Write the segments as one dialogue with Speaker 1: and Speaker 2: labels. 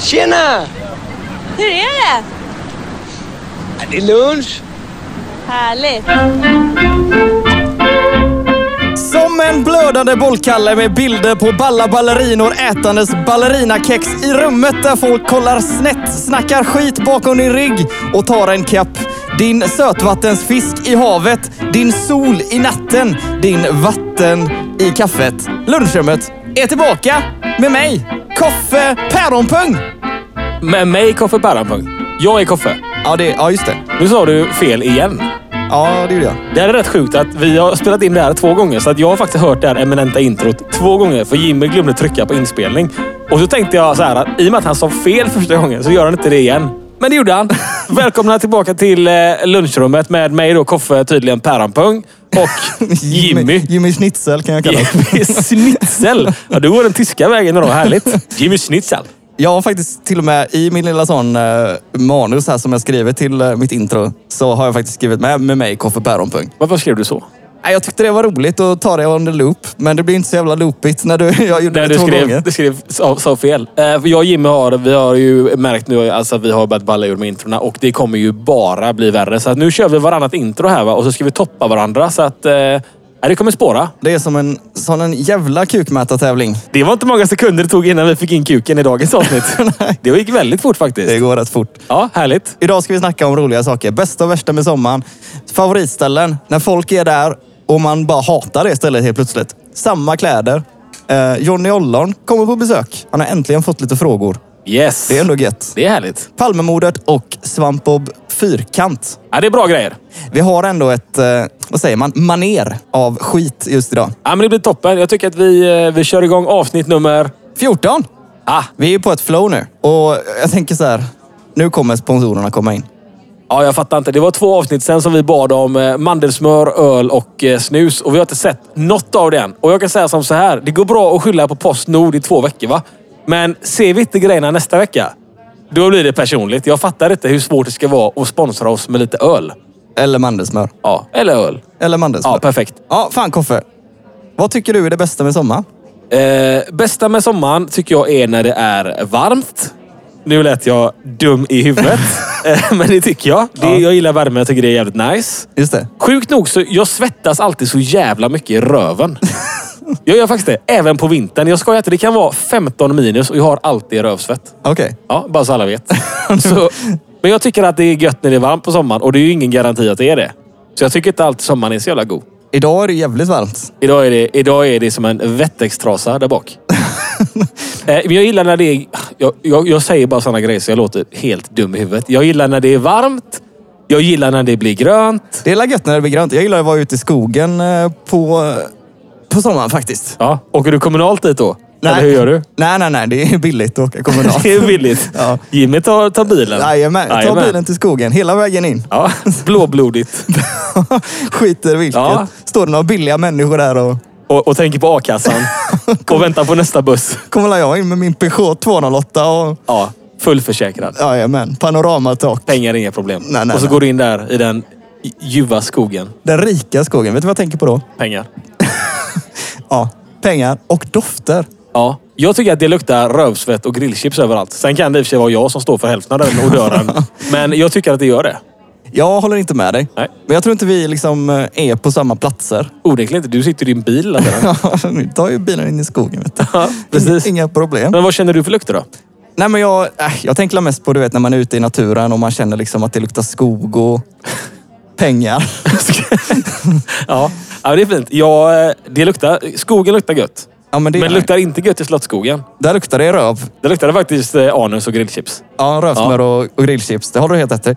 Speaker 1: Tjena!
Speaker 2: Hur är det?
Speaker 1: Ja, Det är lunch.
Speaker 2: Härligt.
Speaker 3: Som en blödande bollkalle med bilder på balla ballerinor ätandes ballerinakex i rummet där folk kollar snett, snackar skit bakom din rygg och tar en kapp. Din sötvattensfisk i havet, din sol i natten, din vatten i kaffet. Lunchrummet är tillbaka med mig, Koffe Päronpung.
Speaker 4: Med mig Koffe Päronpung. Jag är Koffe.
Speaker 3: Ja, det, ja, just det.
Speaker 4: Nu sa du fel igen.
Speaker 3: Ja, det gjorde jag.
Speaker 4: Det här är rätt sjukt att vi har spelat in det här två gånger. Så att jag har faktiskt hört det här eminenta introt två gånger. För Jimmy glömde trycka på inspelning. Och så tänkte jag så här att i och med att han sa fel första gången så gör han inte det igen. Men det gjorde han. Välkomna tillbaka till eh, lunchrummet med mig då Koffe, tydligen Päronpung. Och Jimmy.
Speaker 3: Jimmy Schnitzel kan jag kalla honom.
Speaker 4: Jimmy Schnitzel. Ja, du går den tyska vägen idag. Härligt. Jimmy Schnitzel.
Speaker 3: Jag har faktiskt till och med i min lilla sån eh, manus här som jag skriver till eh, mitt intro så har jag faktiskt skrivit med, med mig Koffe Päronpung.
Speaker 4: Varför skrev du så?
Speaker 3: Nej, Jag tyckte det var roligt att ta det on the loop, men det blir inte så jävla loopigt när du, jag gjorde
Speaker 4: Nej,
Speaker 3: det
Speaker 4: du
Speaker 3: två
Speaker 4: skrev,
Speaker 3: gånger.
Speaker 4: du skrev sa, sa fel. Eh, för jag och Jimmy har, vi har ju märkt nu alltså, att vi har börjat balla ur med introna och det kommer ju bara bli värre. Så att nu kör vi varannat intro här va? och så ska vi toppa varandra. Så att, eh, nej, det kommer spåra.
Speaker 3: Det är som en, som en jävla kukmätartävling.
Speaker 4: Det var inte många sekunder det tog innan vi fick in kuken i dagens avsnitt. det gick väldigt fort faktiskt.
Speaker 3: Det går rätt fort.
Speaker 4: Ja, härligt.
Speaker 3: Idag ska vi snacka om roliga saker. Bästa och värsta med sommaren. Favoritställen, när folk är där och man bara hatar det stället helt plötsligt. Samma kläder. Eh, Johnny Ollon kommer på besök. Han har äntligen fått lite frågor.
Speaker 4: Yes.
Speaker 3: Det är ändå gött.
Speaker 4: det är härligt.
Speaker 3: Palmemordet och Svampbob Fyrkant.
Speaker 4: Ja, det är bra grejer.
Speaker 3: Vi har ändå ett, eh, vad säger man, maner av skit just idag.
Speaker 4: Ja, men det blir toppen. Jag tycker att vi, eh, vi kör igång avsnitt nummer...
Speaker 3: 14!
Speaker 4: Ah,
Speaker 3: Vi är ju på ett flow nu och jag tänker så här, nu kommer sponsorerna komma in.
Speaker 4: Ja, jag fattar inte. Det var två avsnitt sen som vi bad om eh, mandelsmör, öl och eh, snus. Och vi har inte sett något av det än. Och jag kan säga som så här. Det går bra att skylla på Postnord i två veckor, va? Men ser vi inte grejerna nästa vecka, då blir det personligt. Jag fattar inte hur svårt det ska vara att sponsra oss med lite öl.
Speaker 3: Eller mandelsmör.
Speaker 4: Ja, eller öl.
Speaker 3: Eller mandelsmör.
Speaker 4: Ja, perfekt.
Speaker 3: ja, fan Koffe. Vad tycker du är det bästa med sommar?
Speaker 4: Eh, bästa med sommaren tycker jag är när det är varmt. Nu lät jag dum i huvudet, eh, men det tycker jag. Det, Jag gillar värme. Jag tycker det är jävligt nice.
Speaker 3: Just det.
Speaker 4: Sjukt nog så jag svettas alltid så jävla mycket i röven. Jag gör faktiskt det. Även på vintern. Jag skojar inte. Det kan vara 15 minus och jag har alltid rövsvett.
Speaker 3: Okej.
Speaker 4: Ja, bara så alla vet. Så, men jag tycker att det är gött när det är varmt på sommaren och det är ju ingen garanti att det är det. Så jag tycker inte alltid sommaren är så jävla god.
Speaker 3: Idag är det jävligt varmt.
Speaker 4: Idag är det, idag är det som en vättextrasa där bak. Eh, Men jag gillar när det är... Jag, jag, jag säger bara sådana grejer så jag låter helt dum i huvudet. Jag gillar när det är varmt. Jag gillar när det blir grönt.
Speaker 3: Det är la gött när det blir grönt. Jag gillar att vara ute i skogen eh, på, eh, på sommaren faktiskt.
Speaker 4: Ja, åker du kommunalt dit då? Eller hur gör du?
Speaker 3: Nej, nej, nej. Det är billigt att åka kommunalt.
Speaker 4: Det är billigt.
Speaker 3: Ja.
Speaker 4: Jimmy tar, tar bilen.
Speaker 3: Jajamän. Ta
Speaker 4: Jajamän.
Speaker 3: bilen till skogen hela vägen in.
Speaker 4: Ja, blåblodigt.
Speaker 3: Skiter vilket.
Speaker 4: Ja.
Speaker 3: Står det några billiga människor där och
Speaker 4: Och, och tänker på a-kassan. Och väntar på nästa buss.
Speaker 3: kommer väl jag in med min Peugeot 208 och
Speaker 4: Ja, fullförsäkrad.
Speaker 3: jajamän, panoramatak.
Speaker 4: Pengar är inga problem.
Speaker 3: Nej, nej,
Speaker 4: och så
Speaker 3: nej.
Speaker 4: går du in där i den i- ljuva skogen.
Speaker 3: Den rika skogen. Vet du vad jag tänker på då?
Speaker 4: Pengar.
Speaker 3: Ja, pengar och dofter.
Speaker 4: Ja. Jag tycker att det luktar rövsvett och grillchips överallt. Sen kan det i och för sig vara jag som står för hälften av den odören. Men jag tycker att det gör det.
Speaker 3: Jag håller inte med dig.
Speaker 4: Nej.
Speaker 3: Men jag tror inte vi liksom eh, är på samma platser.
Speaker 4: Onekligen inte. Du sitter i din bil. hela tiden.
Speaker 3: Nu tar ju bilen in i skogen. Vet du.
Speaker 4: Ja, precis.
Speaker 3: Inga problem.
Speaker 4: Men vad känner du för lukter då?
Speaker 3: Nej, men jag, äh, jag tänker mest på du vet, när man är ute i naturen och man känner liksom att det luktar skog och pengar.
Speaker 4: Ja, ja det är fint. Ja, eh, det luktar, skogen luktar gött.
Speaker 3: Ja, men det,
Speaker 4: Men luktar inte gött i Slottsskogen.
Speaker 3: Där luktar det röv.
Speaker 4: Det luktade faktiskt eh, anus och grillchips.
Speaker 3: Ja, rövsmör Och, och grillchips. Det har du helt rätt i.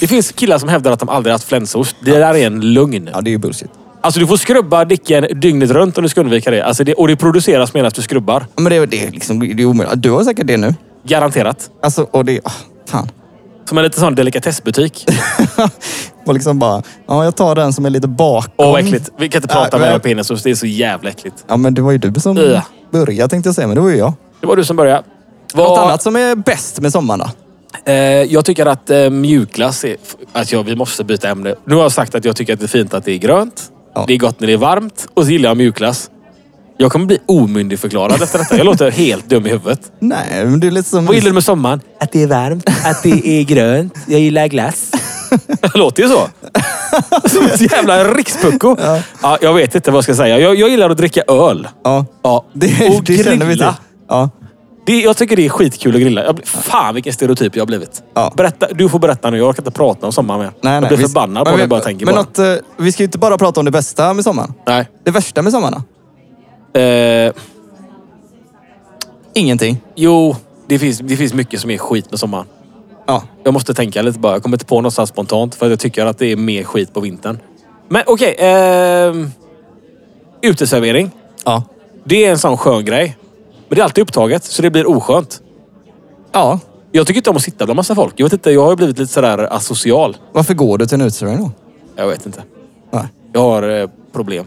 Speaker 4: Det finns killar som hävdar att de aldrig haft flänsost. Det där är en lögn.
Speaker 3: Ja, det är ju bullshit.
Speaker 4: Alltså du får skrubba dicken dygnet runt om du ska undvika det. Alltså, det och det produceras medan du skrubbar.
Speaker 3: Ja, Men det, det, är liksom, det är omöjligt. Du har säkert det nu.
Speaker 4: Garanterat.
Speaker 3: Alltså, och det... ah, Fan.
Speaker 4: Som en liten sån delikatessbutik.
Speaker 3: och liksom bara... Ja, jag tar den som är lite bakom.
Speaker 4: Åh vad äckligt. Vi kan inte prata
Speaker 3: Nej,
Speaker 4: mer
Speaker 3: men-
Speaker 4: om penisost. Det är så jävla äckligt.
Speaker 3: Ja, men det var ju du som
Speaker 4: Ja.
Speaker 3: började tänkte jag säga, men det var ju jag.
Speaker 4: Det var du som började. Vad-
Speaker 3: Något annat som är bäst med sommaren då?
Speaker 4: Eh, jag tycker att eh, mjukglass är... Att jag, vi måste byta ämne. Nu har jag sagt att jag tycker att det är fint att det är grönt.
Speaker 3: Ja.
Speaker 4: Det är gott när det är varmt och så gillar jag mjukglass. Jag kommer bli omyndigförklarad efter detta. Jag låter helt dum i huvudet.
Speaker 3: Nej, men du är lite som...
Speaker 4: Vad gillar du med sommaren? Att det är varmt, att det är grönt. Jag gillar glass. Det låter ju så. Som ett jävla rikspucko. Ja. jag vet inte vad jag ska säga. Jag, jag gillar att dricka öl.
Speaker 3: Ja.
Speaker 4: Ja.
Speaker 3: Det,
Speaker 4: och
Speaker 3: det känner vi till.
Speaker 4: grilla.
Speaker 3: Ja.
Speaker 4: Det, jag tycker det är skitkul att grilla. Jag, blir- fan vilken stereotyp jag har blivit.
Speaker 3: Ja.
Speaker 4: Berätta, du får berätta nu. Jag orkar inte prata om sommaren mer.
Speaker 3: Nej, nej.
Speaker 4: jag blir
Speaker 3: vi-
Speaker 4: förbannad på
Speaker 3: men
Speaker 4: det
Speaker 3: vi-
Speaker 4: jag bara tänker
Speaker 3: men
Speaker 4: på
Speaker 3: något, eh, Vi ska ju inte bara prata om det bästa med sommaren.
Speaker 4: Nej.
Speaker 3: Det värsta med sommaren då?
Speaker 4: Eh,
Speaker 3: Ingenting.
Speaker 4: jo, det finns, det finns mycket som är skit med sommaren.
Speaker 3: Ja.
Speaker 4: Jag måste tänka lite bara. Jag kommer inte på något så här spontant. För att jag tycker att det är mer skit på vintern. Men okej. ehm, uteservering.
Speaker 3: Ja.
Speaker 4: Det är en sån skön grej. Men det är alltid upptaget, så det blir oskönt.
Speaker 3: Ja.
Speaker 4: Jag tycker inte om att sitta bland massa folk. Jag vet inte, jag har ju blivit lite sådär asocial.
Speaker 3: Varför går du till en uteservering då?
Speaker 4: Jag vet inte.
Speaker 3: Nej.
Speaker 4: Jag har eh, problem.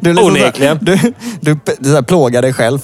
Speaker 3: Du, är liksom
Speaker 4: Onekligen. Mm.
Speaker 3: såhär- du, du, du såhär plågar dig själv.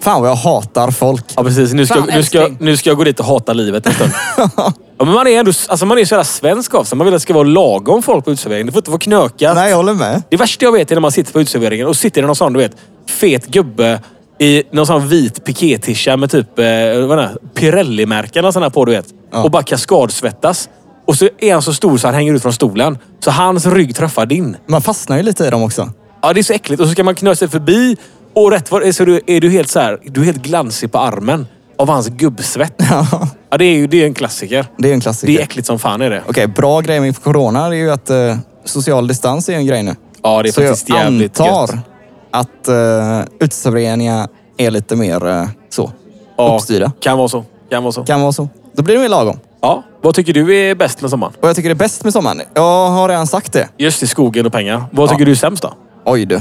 Speaker 3: Fan vad jag hatar folk.
Speaker 4: Ja, precis. Nu ska,
Speaker 2: Fan,
Speaker 4: nu, ska,
Speaker 2: älskling.
Speaker 4: nu ska jag gå dit och hata livet en stund. ja, men man är ändå alltså, man är så jävla svensk av sig. Man vill att det ska vara lagom folk på uteserveringen. Det får inte vara knökat.
Speaker 3: Nej, jag håller med.
Speaker 4: Det värsta jag vet är när man sitter på uteserveringen och sitter i någon sån, du vet, fet gubbe i någon sån vit pikétisha med typ eh, vad är det? Pirelli-märken och sådana på, du vet.
Speaker 3: Ja.
Speaker 4: Och bara kaskadsvettas. Och så är han så stor så han hänger ut från stolen. Så hans rygg träffar din.
Speaker 3: Man fastnar ju lite i dem också.
Speaker 4: Ja, det är så äckligt. Och så ska man knö sig förbi och rätt vad det är så är du, är du helt så här, du är helt glansig på armen av hans gubbsvett.
Speaker 3: Ja,
Speaker 4: Ja, det är ju det är en klassiker.
Speaker 3: det är en klassiker.
Speaker 4: Det är äckligt som fan är det.
Speaker 3: Okej, bra grej med corona är ju att eh, social distans är ju en grej nu.
Speaker 4: Ja, det är
Speaker 3: Så
Speaker 4: faktiskt
Speaker 3: jag
Speaker 4: jävligt
Speaker 3: antar
Speaker 4: gött.
Speaker 3: att uh, uteserveringar är lite mer eh, så.
Speaker 4: Ja,
Speaker 3: Uppstyrda.
Speaker 4: Kan vara så. Kan vara så.
Speaker 3: Kan vara så. Då blir det mer lagom.
Speaker 4: Ja, vad tycker du är bäst med sommaren?
Speaker 3: Och jag tycker det är bäst med sommaren. Jag har redan sagt det.
Speaker 4: Just i skogen och pengar. Vad tycker du är sämst då?
Speaker 3: Oj du.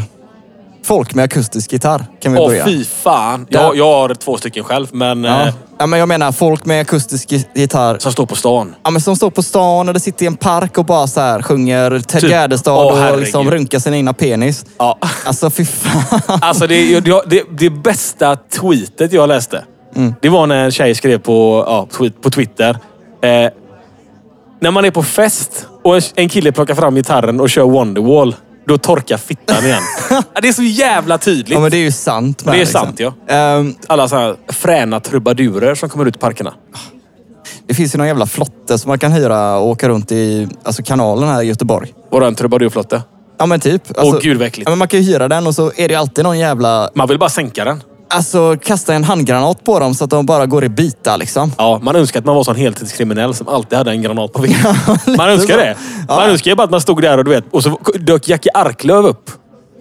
Speaker 3: Folk med akustisk gitarr kan vi
Speaker 4: Åh
Speaker 3: börja.
Speaker 4: fy fan. Jag, jag har två stycken själv, men
Speaker 3: Ja.
Speaker 4: eh,
Speaker 3: ja, men jag menar folk med akustisk gi- gitarr.
Speaker 4: som står på stan.
Speaker 3: Ja, men som står på stan eller sitter i en park och bara så här sjunger Ted
Speaker 4: Typ. Åh,
Speaker 3: Gärdestad och
Speaker 4: herregud.
Speaker 3: liksom runkar sin egna penis.
Speaker 4: Ja.
Speaker 3: Alltså fy fan.
Speaker 4: Alltså det, jag- det, det bästa tweetet jag läste,
Speaker 3: Mm.
Speaker 4: det var när en tjej skrev på, ja, tweet, på Twitter. Eh, när man är på fest och en, en kille plockar fram gitarren och kör Wonderwall, då torkar fittan igen. Ja, det är så jävla tydligt.
Speaker 3: Ja, men det är ju sant. Med,
Speaker 4: Det är sant, ja.
Speaker 3: Ehm,
Speaker 4: Alla såna här fräna trubadurer som kommer ut i parkerna.
Speaker 3: det finns ju någon jävla flotte som man kan hyra och åka runt i alltså kanalen här i Göteborg.
Speaker 4: Våran trubadurflotte.
Speaker 3: Ja men typ. Alltså,
Speaker 4: gud, vad äckligt.
Speaker 3: ja, men Man kan ju hyra den och så är det ju alltid någon jävla...
Speaker 4: Man vill bara sänka den.
Speaker 3: Alltså kasta en handgranat på dem så att de bara går i bitar liksom.
Speaker 4: Ja, man önskar att man var sån heltidskriminell som alltid hade en granat på vingen. man önskar
Speaker 3: så.
Speaker 4: det.
Speaker 3: Ja.
Speaker 4: Man önskar ju bara att man stod där och du vet, och så dök Jackie Arklöv upp.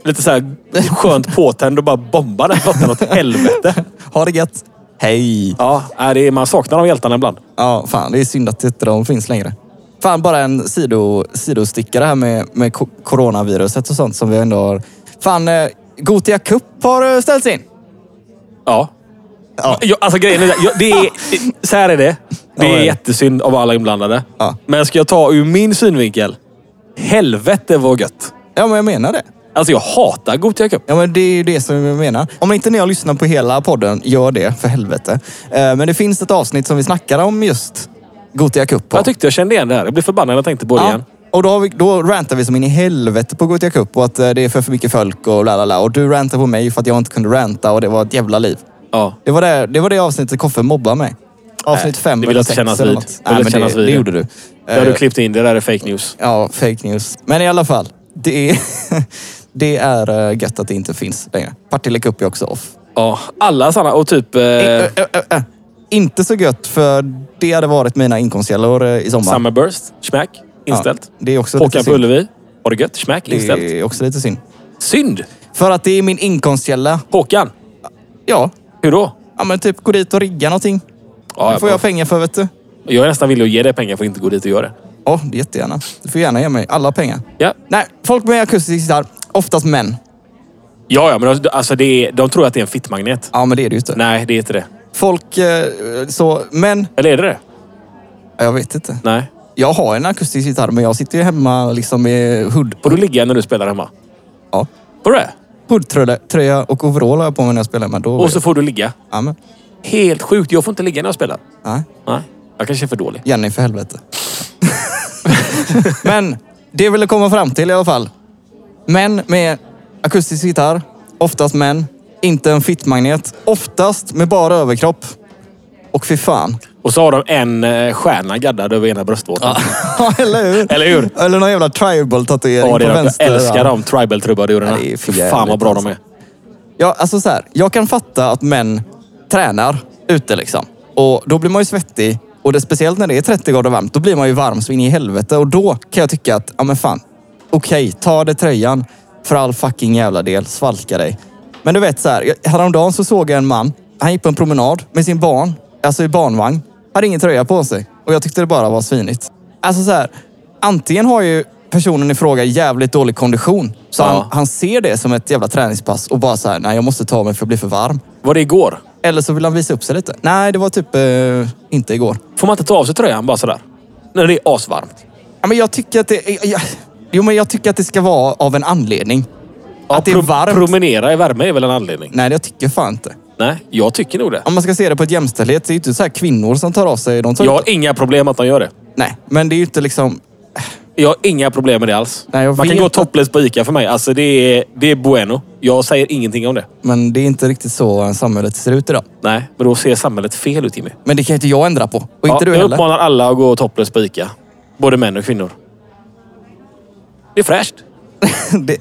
Speaker 4: Lite så här skönt påtänd och bara bombade den flottan åt helvete.
Speaker 3: Ha det gött. Hej!
Speaker 4: Ja, nej, det är, man saknar de hjältarna ibland.
Speaker 3: Ja, fan det är synd att inte de finns längre. Fan, bara en sido, sidostickare här med, med ko- coronaviruset och sånt som vi ändå har. Fan, eh, Gotia Cup har eh, ställts in.
Speaker 4: Ja.
Speaker 3: Ja.
Speaker 4: Jag, alltså grejen är, jag, det är, så här är det. Det
Speaker 3: Ja, det
Speaker 4: är
Speaker 3: är det.
Speaker 4: jättesynd av alla inblandade.
Speaker 3: Ja.
Speaker 4: Men ska jag ta ur min synvinkel. Helvete vad gött.
Speaker 3: Ja, men jag menar det.
Speaker 4: Alltså jag hatar Gothia Cup.
Speaker 3: Ja, men det är ju det som jag menar. Om inte ni har lyssnat på hela podden, gör det för helvete. Eh, Men det finns ett avsnitt som vi snackar om just Gotia Cup. på.
Speaker 4: Jag tyckte jag kände igen det här. Jag blev förbannad när jag tänkte på det igen.
Speaker 3: Och då, har vi, då rantar vi som in i helvete på Gotia Cup och att eh, det är för, för mycket folk och la la la. Och du rantar på mig för att jag inte kunde ranta och det var ett jävla liv.
Speaker 4: Ja.
Speaker 3: Det var det, det, var det avsnittet Koffe mobbade mig. Avsnitt
Speaker 4: Nej,
Speaker 3: fem
Speaker 4: det vill
Speaker 3: eller
Speaker 4: jag inte
Speaker 3: sex
Speaker 4: kännas
Speaker 3: eller
Speaker 4: vid.
Speaker 3: något.
Speaker 4: Jag vill
Speaker 3: Nej,
Speaker 4: inte
Speaker 3: men
Speaker 4: kännas
Speaker 3: det,
Speaker 4: vid
Speaker 3: det
Speaker 4: det.
Speaker 3: gjorde du.
Speaker 4: Där
Speaker 3: Eh,
Speaker 4: du klippte in det, där är fake news.
Speaker 3: Ja, fake news. Men i alla fall. Det är, det är eh, gött att det inte finns längre. Partille Cup är också off.
Speaker 4: Ja, alla sådana. Och typ eh,
Speaker 3: Ö, ö, ö, ö. Inte så gött för det hade varit mina inkomstkällor eh, i sommar.
Speaker 4: Summerburst, smack, inställt.
Speaker 3: Ja, det är också lite
Speaker 4: Håkan på
Speaker 3: synd.
Speaker 4: Ullevi, har det gött, smack, inställt.
Speaker 3: Det är också lite synd.
Speaker 4: Synd!
Speaker 3: För att det är min inkomstkälla.
Speaker 4: Håkan,
Speaker 3: Ja,
Speaker 4: hur då?
Speaker 3: ja men typ gå dit och rigga någonting.
Speaker 4: Ja,
Speaker 3: det får jag pengar för vet du.
Speaker 4: jag är nästan villig att ge dig pengar för att inte gå dit och göra det.
Speaker 3: Ja, det jättegärna. Du får gärna ge mig alla pengar.
Speaker 4: Ja,
Speaker 3: Nej, folk med akustisk gitarr, oftast män.
Speaker 4: ja, ja men alltså det är, de tror att det är en fittmagnet.
Speaker 3: Ja, men det är det ju inte.
Speaker 4: Nej, det är inte det.
Speaker 3: Folk, eh, så, men
Speaker 4: Eller är det det?
Speaker 3: ja, jag vet inte.
Speaker 4: Nej.
Speaker 3: Jag har en akustisk gitarr, men jag sitter ju hemma liksom i hood,
Speaker 4: Får du ligga när du spelar hemma?
Speaker 3: ja,
Speaker 4: Får du det?
Speaker 3: hoodtröja och overall har jag på mig när jag spelar hemma. Då,
Speaker 4: Och så får du ligga.
Speaker 3: ja, men,
Speaker 4: Helt sjukt. Jag får inte ligga när jag spelar.
Speaker 3: nej,
Speaker 4: Nej, jag kanske är för dålig.
Speaker 3: Jenny för helvete. men det jag ville komma fram till i alla fall. Män med akustisk gitarr, oftast män, inte en fittmagnet. Oftast med bara överkropp. Och fy fan.
Speaker 4: Och så har de en eh, stjärna gaddad över ena bröstvårtan.
Speaker 3: Ja, eller hur?
Speaker 4: Eller hur?
Speaker 3: Eller någon jävla tribal-tatuering
Speaker 4: Ja, det
Speaker 3: på
Speaker 4: är de.
Speaker 3: vänster.
Speaker 4: Jag
Speaker 3: arm.
Speaker 4: älskar de tribal-trubadurerna.
Speaker 3: Ja, det är för
Speaker 4: Fy
Speaker 3: jävligt
Speaker 4: fan vad bra
Speaker 3: alltså.
Speaker 4: de är.
Speaker 3: Ja, alltså så här. Jag kan fatta att män tränar ute liksom. Och då blir man ju svettig. Och det, speciellt när det är 30 grader varmt, då blir man ju varm så in i helvete. Och då kan jag tycka att, ja men fan. Okej, ta det tröjan. För all fucking jävla del, svalka dig. Men du vet så här, jag- häromdagen så såg jag en man. Han gick på en promenad med sin barn, alltså i barnvagn. Hade ingen tröja på sig. Och jag tyckte det bara var svinigt. Alltså så här, antingen har ju personen i fråga jävligt dålig kondition. Så
Speaker 4: Ja.
Speaker 3: han, han ser det som ett jävla träningspass och bara så här, nej jag måste ta mig för jag blir för varm.
Speaker 4: Var det igår?
Speaker 3: Eller så vill han visa upp sig lite. Nej, det var typ eh, inte igår.
Speaker 4: Får man inte ta av sig tröjan bara sådär? När det är asvarmt.
Speaker 3: Ja, men jag tycker att det... Jag, jo, men jag tycker att det ska vara av en anledning.
Speaker 4: Ja,
Speaker 3: att det är
Speaker 4: pro-
Speaker 3: varmt.
Speaker 4: Promenera i värme är väl en anledning?
Speaker 3: nej, jag tycker fan inte.
Speaker 4: Nej, jag tycker nog det.
Speaker 3: Om man ska se det på ett jämställdhet, det är ju inte så här kvinnor som tar av sig... De tar
Speaker 4: Jag
Speaker 3: ja.
Speaker 4: har inga problem att de gör det.
Speaker 3: Nej, men det är ju inte liksom...
Speaker 4: Jag har inga problem med det alls.
Speaker 3: Nej, jag
Speaker 4: man kan
Speaker 3: vet
Speaker 4: gå
Speaker 3: att-
Speaker 4: topless på Ica för mig. Alltså det är, det är bueno. Jag säger ingenting om det.
Speaker 3: Men det är inte riktigt så samhället ser ut idag.
Speaker 4: Nej, men då ser samhället fel ut Jimmy.
Speaker 3: Men det kan ju inte jag ändra på. Och inte
Speaker 4: Ja,
Speaker 3: du
Speaker 4: jag
Speaker 3: heller.
Speaker 4: uppmanar alla att gå topless på Ica. Både män och kvinnor. Det är fräscht.
Speaker 3: Det...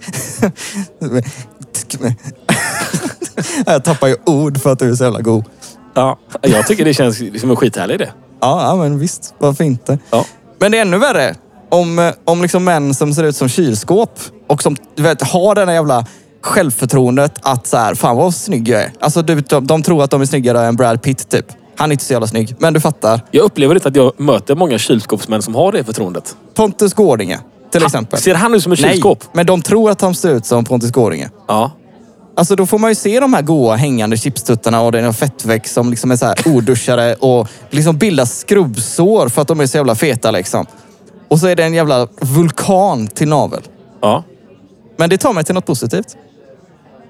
Speaker 3: jag tappar ju ord för att du är så jävla god.
Speaker 4: Ja. Jag tycker det känns som en skithärlig idé.
Speaker 3: Ja, ja men visst. Varför inte?
Speaker 4: Ja.
Speaker 3: Men det är ännu värre om, eh, om liksom män som ser ut som kylskåp och som du vet, har den här jävla självförtroendet att så här, fan vad snygg jag är. Alltså du, vet, de, de tror att de är snyggare än Brad Pitt typ. Han är inte så jävla snygg, men du fattar.
Speaker 4: Jag upplever inte att jag möter många kylskåpsmän som har det förtroendet.
Speaker 3: Pontus Gårdinge till exempel.
Speaker 4: Ser han ut som ett kylskåp?
Speaker 3: Nej, men de tror att han ser ut som Pontus Gårdinge.
Speaker 4: Ja.
Speaker 3: Alltså då får man ju se de här goa hängande chipstuttarna och den här fettväxt som liksom är så här oduschade och liksom bildar skrubbsår för att de är så jävla feta liksom. Och så är det en jävla vulkan till navel.
Speaker 4: Ja.
Speaker 3: Men det tar mig till något positivt.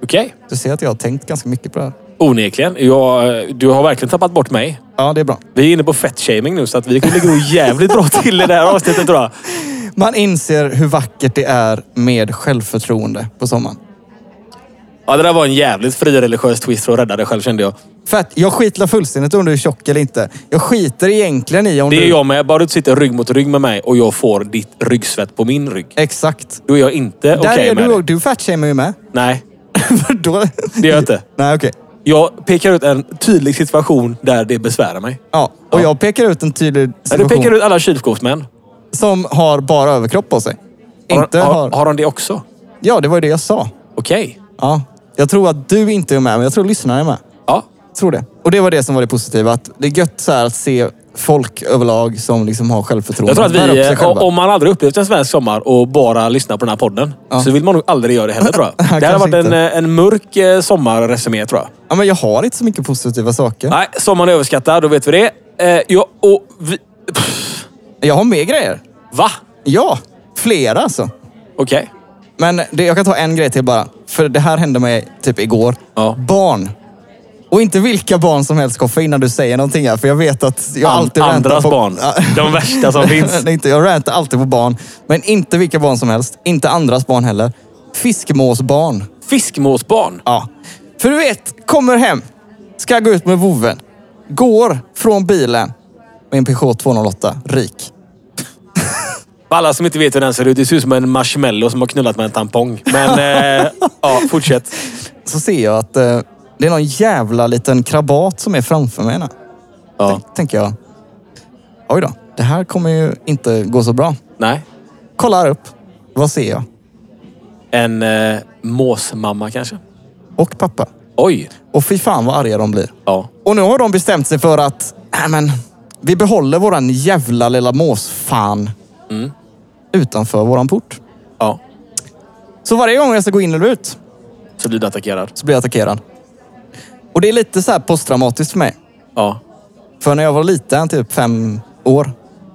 Speaker 4: Okej.
Speaker 3: Du ser att jag har tänkt ganska mycket på det här.
Speaker 4: Onekligen. Jag, du har verkligen tappat bort mig.
Speaker 3: Ja, det är bra.
Speaker 4: Vi är inne på fettshaming nu, så att vi ligger nog jävligt bra till i det här avsnittet tror jag.
Speaker 3: Man inser hur vackert det är med självförtroende på sommaren.
Speaker 4: Ja, det där var en jävligt fri religiös twist för att rädda dig själv kände jag.
Speaker 3: För att jag skitlar fullständigt om du är tjock eller inte. Jag skiter egentligen i om
Speaker 4: Det
Speaker 3: du...
Speaker 4: är jag med. Bara du sitter rygg mot rygg med mig och jag får ditt ryggsvett på min rygg.
Speaker 3: Exakt.
Speaker 4: Då är jag inte okej
Speaker 3: Där är
Speaker 4: med
Speaker 3: du,
Speaker 4: det.
Speaker 3: du fatshamear ju med.
Speaker 4: Nej,
Speaker 3: För då...
Speaker 4: det gör jag inte.
Speaker 3: Nej, okej.
Speaker 4: Jag pekar ut en tydlig situation där det besvärar mig.
Speaker 3: Ja, och jag pekar ut en tydlig
Speaker 4: Ja, Du
Speaker 3: situation
Speaker 4: pekar ut alla kylskåpsmän.
Speaker 3: som har bara överkropp på sig.
Speaker 4: Har,
Speaker 3: inte
Speaker 4: har,
Speaker 3: har...
Speaker 4: har de det också?
Speaker 3: Ja, det var ju det jag sa.
Speaker 4: Okej.
Speaker 3: Ja. Jag tror att du inte är med, men jag tror lyssnarna är med.
Speaker 4: Ja.
Speaker 3: tror det. Och det var det som var det positiva. Att det är gött så här att se folk överlag som liksom har självförtroende.
Speaker 4: Jag tror att
Speaker 3: Bär upp
Speaker 4: vi,
Speaker 3: sig
Speaker 4: eh,
Speaker 3: själva.
Speaker 4: om man aldrig upplevt en svensk sommar och bara lyssnar på den här podden, så vill man nog aldrig göra det heller tror jag. Det här
Speaker 3: Kanske
Speaker 4: har varit en,
Speaker 3: inte.
Speaker 4: eh, en mörk eh, sommarresumé tror jag.
Speaker 3: Ja, men jag har inte så mycket positiva saker.
Speaker 4: Nej, sommaren är överskattad, då vet vi det. Eh, ja, och vi...
Speaker 3: Jag har mer grejer.
Speaker 4: Va?
Speaker 3: Ja, flera alltså.
Speaker 4: Okej.
Speaker 3: Men det, jag kan ta en grej till bara. För det här hände mig typ igår.
Speaker 4: Ja.
Speaker 3: Barn. Och inte vilka barn som helst Koffe, innan du säger någonting här. För jag vet att jag
Speaker 4: An-
Speaker 3: alltid
Speaker 4: andras
Speaker 3: på...
Speaker 4: barn.
Speaker 3: Ja.
Speaker 4: De värsta som finns.
Speaker 3: Nej, inte, jag rantar alltid på barn. Men inte vilka barn som helst. Inte andras barn heller. Fiskmåsbarn.
Speaker 4: Fiskmåsbarn.
Speaker 3: Ja. För du vet, kommer hem, ska gå ut med vovven, går från bilen med en Peugeot 208, rik.
Speaker 4: För alla som inte vet hur den ser ut, det ser ut som en marshmallow som har knullat med en tampong. Men eh, ja, fortsätt.
Speaker 3: Så ser jag att eh, det är någon jävla liten krabat som är framför mig. nu.
Speaker 4: Ja.
Speaker 3: Tänk, tänker jag, oj då, det här kommer ju inte gå så bra.
Speaker 4: Nej.
Speaker 3: Kollar upp, vad ser jag?
Speaker 4: En eh, måsmamma kanske?
Speaker 3: Och pappa.
Speaker 4: Oj.
Speaker 3: Och fy fan vad arga de blir.
Speaker 4: Ja.
Speaker 3: Och nu har de bestämt sig för att, nej men, vi behåller våran jävla lilla måsfan utanför våran port.
Speaker 4: Ja.
Speaker 3: Så varje gång jag ska gå in eller ut
Speaker 4: Så blir du attackerad.
Speaker 3: så blir jag attackerad. Och det är lite så här posttraumatiskt för mig.
Speaker 4: Ja.
Speaker 3: För när jag var liten, typ fem år,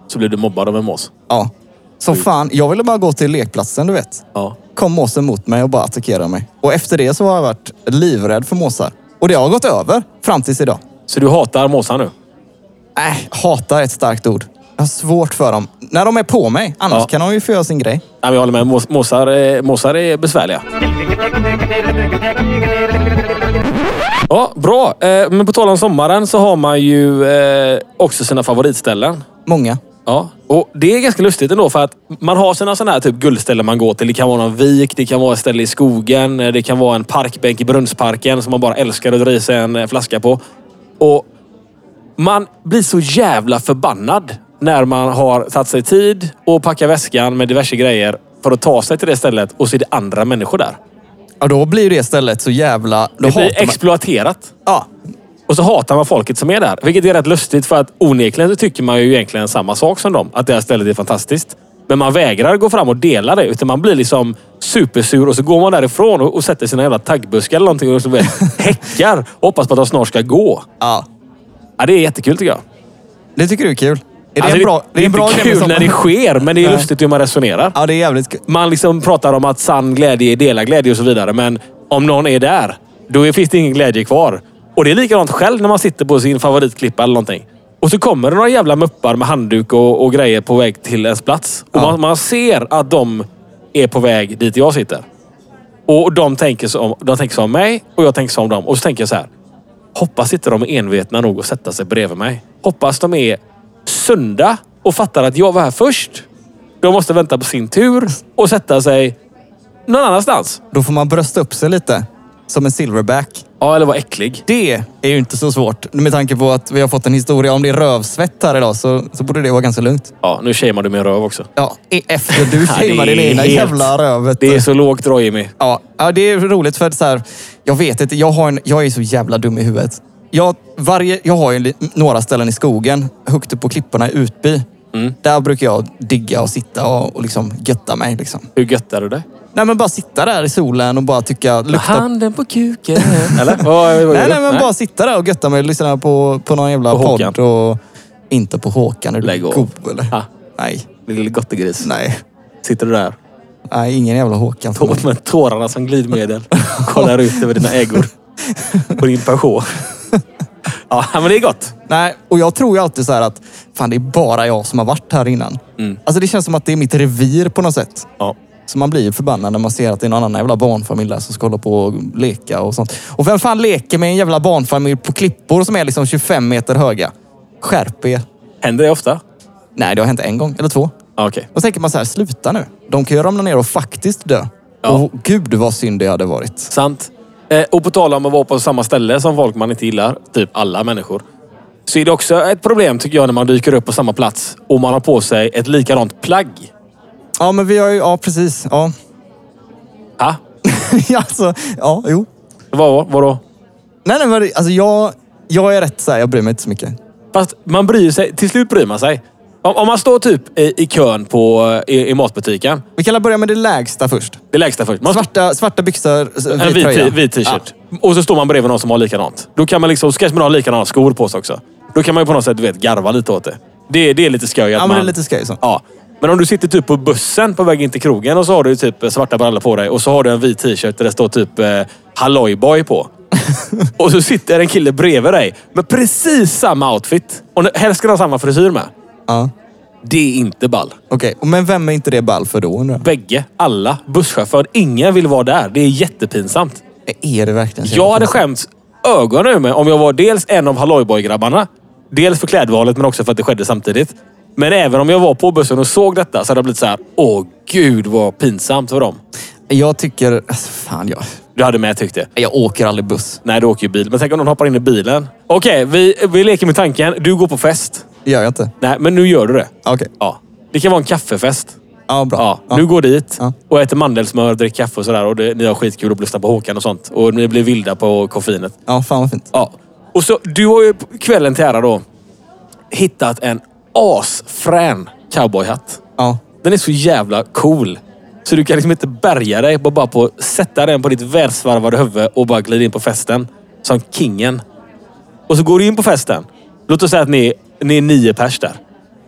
Speaker 4: Så blir du mobbad av en mås.
Speaker 3: ja. Så fan, jag ville bara gå till lekplatsen, du vet.
Speaker 4: Ja.
Speaker 3: Kom måsen mot mig och bara attackerade mig. Och efter det så har jag varit livrädd för måsar. Och det har gått över fram tills idag.
Speaker 4: Så du hatar måsar nu?
Speaker 3: Äh, hatar är ett starkt ord. Jag har svårt för dem. När de är på mig. Annars
Speaker 4: Ja.
Speaker 3: kan de ju få göra sin grej.
Speaker 4: Nej, men jag håller med. Mås- Måsar, eh, måsar är besvärliga. Ja, bra. Eh, Men på tal om sommaren så har man ju eh, också sina favoritställen.
Speaker 3: Många.
Speaker 4: Ja, och det är ganska lustigt ändå för att man har sina sådana här typ guldställen man går till. Det kan vara någon vik, det kan vara ett ställe i skogen, eh, det kan vara en parkbänk i Brunnsparken som man bara älskar att dra i sig en eh, flaska på. Och man blir så jävla förbannad när man har tagit sig tid och packat väskan med diverse grejer för att ta sig till det stället och så är det andra människor där.
Speaker 3: Ja, då blir ju det stället så jävla... Då
Speaker 4: Det blir
Speaker 3: hatar man-
Speaker 4: exploaterat.
Speaker 3: Ja.
Speaker 4: Och så hatar man folket som är där. Vilket är rätt lustigt för att onekligen så tycker man ju egentligen samma sak som dem. Att det här stället är fantastiskt. Men man vägrar gå fram och dela det. Utan man blir liksom supersur och så går man därifrån och, och sätter sina jävla taggbuskar eller någonting och så blir häckar. Och hoppas på att de snart ska gå.
Speaker 3: ja.
Speaker 4: Ja, det är jättekul tycker jag.
Speaker 3: Det tycker du är kul. Är det,
Speaker 4: Alltså,
Speaker 3: en bra,
Speaker 4: det är
Speaker 3: en bra
Speaker 4: inte
Speaker 3: grej med
Speaker 4: kul när
Speaker 3: sommaren?
Speaker 4: det sker, men det är
Speaker 3: Nej.
Speaker 4: lustigt hur man resonerar.
Speaker 3: Ja, det är jävligt kul.
Speaker 4: Man liksom pratar om att sann glädje är delarglädje och så vidare. Men om någon är där, då är- finns det ingen glädje kvar. Och det är likadant själv när man sitter på sin favoritklippa eller någonting. Och så kommer det några jävla muppar med handduk och, och grejer på väg till ens plats. Och
Speaker 3: Ja.
Speaker 4: man, man ser att de är på väg dit jag sitter. Och de tänker, så om, de tänker så om mig och jag tänker så om dem. Och så tänker jag så här. Hoppas inte de är envetna nog att sätta sig bredvid mig. Hoppas de är sunda och fattar att jag var här först. De måste vänta på sin tur och sätta sig någon annanstans.
Speaker 3: Då får man brösta upp sig lite. Som en silverback.
Speaker 4: Ja, eller var äcklig.
Speaker 3: Det är ju inte så svårt. Med tanke på att vi har fått en historia om det är rövsvett här idag så, så borde det vara ganska lugnt.
Speaker 4: Ja, nu shamear du min röv också.
Speaker 3: Ja, e- efter du
Speaker 4: Ja, det
Speaker 3: shamear
Speaker 4: är
Speaker 3: din egna
Speaker 4: helt-
Speaker 3: jävla röv.
Speaker 4: Det är så lågt drag, Jimmy.
Speaker 3: Ja, ja, det är roligt för att så här, jag vet inte, jag, har en, jag är så jävla dum i huvudet. Jag, varje, jag har ju li- några ställen i skogen, högt upp på klipporna i Utby.
Speaker 4: Mm.
Speaker 3: Där brukar jag digga och sitta och, och liksom götta mig. Liksom.
Speaker 4: Hur göttar du det?
Speaker 3: Nej men bara sitta där i solen och bara tycka, lukta.
Speaker 4: Handen på kuken. Eller? Vad- vad gör
Speaker 3: nej
Speaker 4: du?
Speaker 3: nej men bara sitta där och götta mig och lyssna på, på någon jävla
Speaker 4: På Håkan.
Speaker 3: podd. Och, inte på Håkan, är du
Speaker 4: Lägg av.
Speaker 3: god eller?
Speaker 4: Ah.
Speaker 3: Nej,
Speaker 4: Lille gottegris.
Speaker 3: nej.
Speaker 4: Sitter du där?
Speaker 3: Nej, ingen jävla Håkan. för mig.
Speaker 4: Tå- Med tårarna som glidmedel. Kollar ut över dina ägor. På din pension. Ja, men det är gott.
Speaker 3: Nej, och jag tror ju alltid så här att fan det är bara jag som har varit här innan. Alltså det känns som att det är mitt revir på något sätt.
Speaker 4: Ja.
Speaker 3: Så man blir ju förbannad när man ser att det är någon annan jävla barnfamilj där som ska hålla på och leka och sånt. Och vem fan leker med en jävla barnfamilj på klippor som är liksom 25 meter höga? Skärp er.
Speaker 4: Händer det ofta?
Speaker 3: Nej, det har hänt en gång eller två.
Speaker 4: Ja, Okej.
Speaker 3: Då tänker man så här, sluta nu. De kan ju ramla ner och faktiskt dö.
Speaker 4: Ja.
Speaker 3: Och gud vad synd det hade varit.
Speaker 4: Sant. Eh, och på tal om att vara på samma ställe som folk man inte gillar, typ alla människor, så är det också ett problem tycker jag när man dyker upp på samma plats och man har på sig ett likadant plagg.
Speaker 3: Ja, men vi har ju, ja precis. Ja,
Speaker 4: Ha?
Speaker 3: alltså, ja, jo.
Speaker 4: Ah, Vad, vadå?
Speaker 3: Nej, nej, men det- alltså jag, jag är rätt så här, jag bryr mig inte så mycket.
Speaker 4: Fast man bryr sig. Till slut bryr man sig. Om, om man står typ i, i kön på, eh, i, i matbutiken.
Speaker 3: Vi kan börja med det lägsta först.
Speaker 4: Det lägsta först. Man,
Speaker 3: Svarta, svarta byxor, s-
Speaker 4: en
Speaker 3: vit
Speaker 4: Eh, vit,
Speaker 3: tröja.
Speaker 4: t- vit t-shirt. Och så står man bredvid någon som har likadant. Då kan man liksom, ska man ha likadana skor på sig också. Då kan man ju på något sätt du vet, garva lite åt det. Det, det är lite skoj. att
Speaker 3: Ja, men
Speaker 4: man,
Speaker 3: det är lite skoj så.
Speaker 4: Ja. Men om du sitter typ på bussen på väg in till krogen och så har du typ svarta brallor på dig och så har du en vit t-shirt där det står typ eh, Halloj boy på. och så sitter en kille bredvid dig med precis samma outfit. Och helst ska han ha samma frisyr med.
Speaker 3: Ja,
Speaker 4: Det är inte ball.
Speaker 3: okej. Men vem är inte det ball för då undrar jag?
Speaker 4: Bägge, alla, busschaufför. Ingen vill vara där. Det är jättepinsamt.
Speaker 3: Är det verkligen så?
Speaker 4: Jag hade skämts ögonen ur mig om jag var dels en av Hallojboy-grabbarna. Dels för klädvalet, men också för att det skedde samtidigt. Men även om jag var på bussen och såg detta så hade det blivit så här. Åh gud vad pinsamt för dem.
Speaker 3: Jag tycker... Alltså, fan, jag,
Speaker 4: Du hade med tyckte.
Speaker 3: jag åker aldrig buss.
Speaker 4: Nej, du åker ju bil. Men tänk om någon hoppar in i bilen. Okej, vi, vi leker med tanken. Du går på fest.
Speaker 3: Det gör jag inte.
Speaker 4: Nej, men nu gör du det.
Speaker 3: Ja, Okej.
Speaker 4: Ja. Det kan vara en kaffefest.
Speaker 3: Ja, bra.
Speaker 4: Ja,
Speaker 3: Ja.
Speaker 4: Du går dit
Speaker 3: Ja.
Speaker 4: och äter mandelsmör, dricker kaffe och sådär. Och det, ni har skitkul och lyssnar på Håkan och sånt. Och ni blir vilda på koffinet.
Speaker 3: ja, fan vad fint.
Speaker 4: Ja. Och så, du har ju på kvällen till ära då hittat en asfrän cowboyhatt.
Speaker 3: Ja.
Speaker 4: Den är så jävla cool. Så du kan liksom inte bärga dig bara på att sätta den på ditt välsvarvade huvud och bara glida in på festen. Som kingen. Och så går du in på festen. Låt oss säga att ni, ni är nio pers där.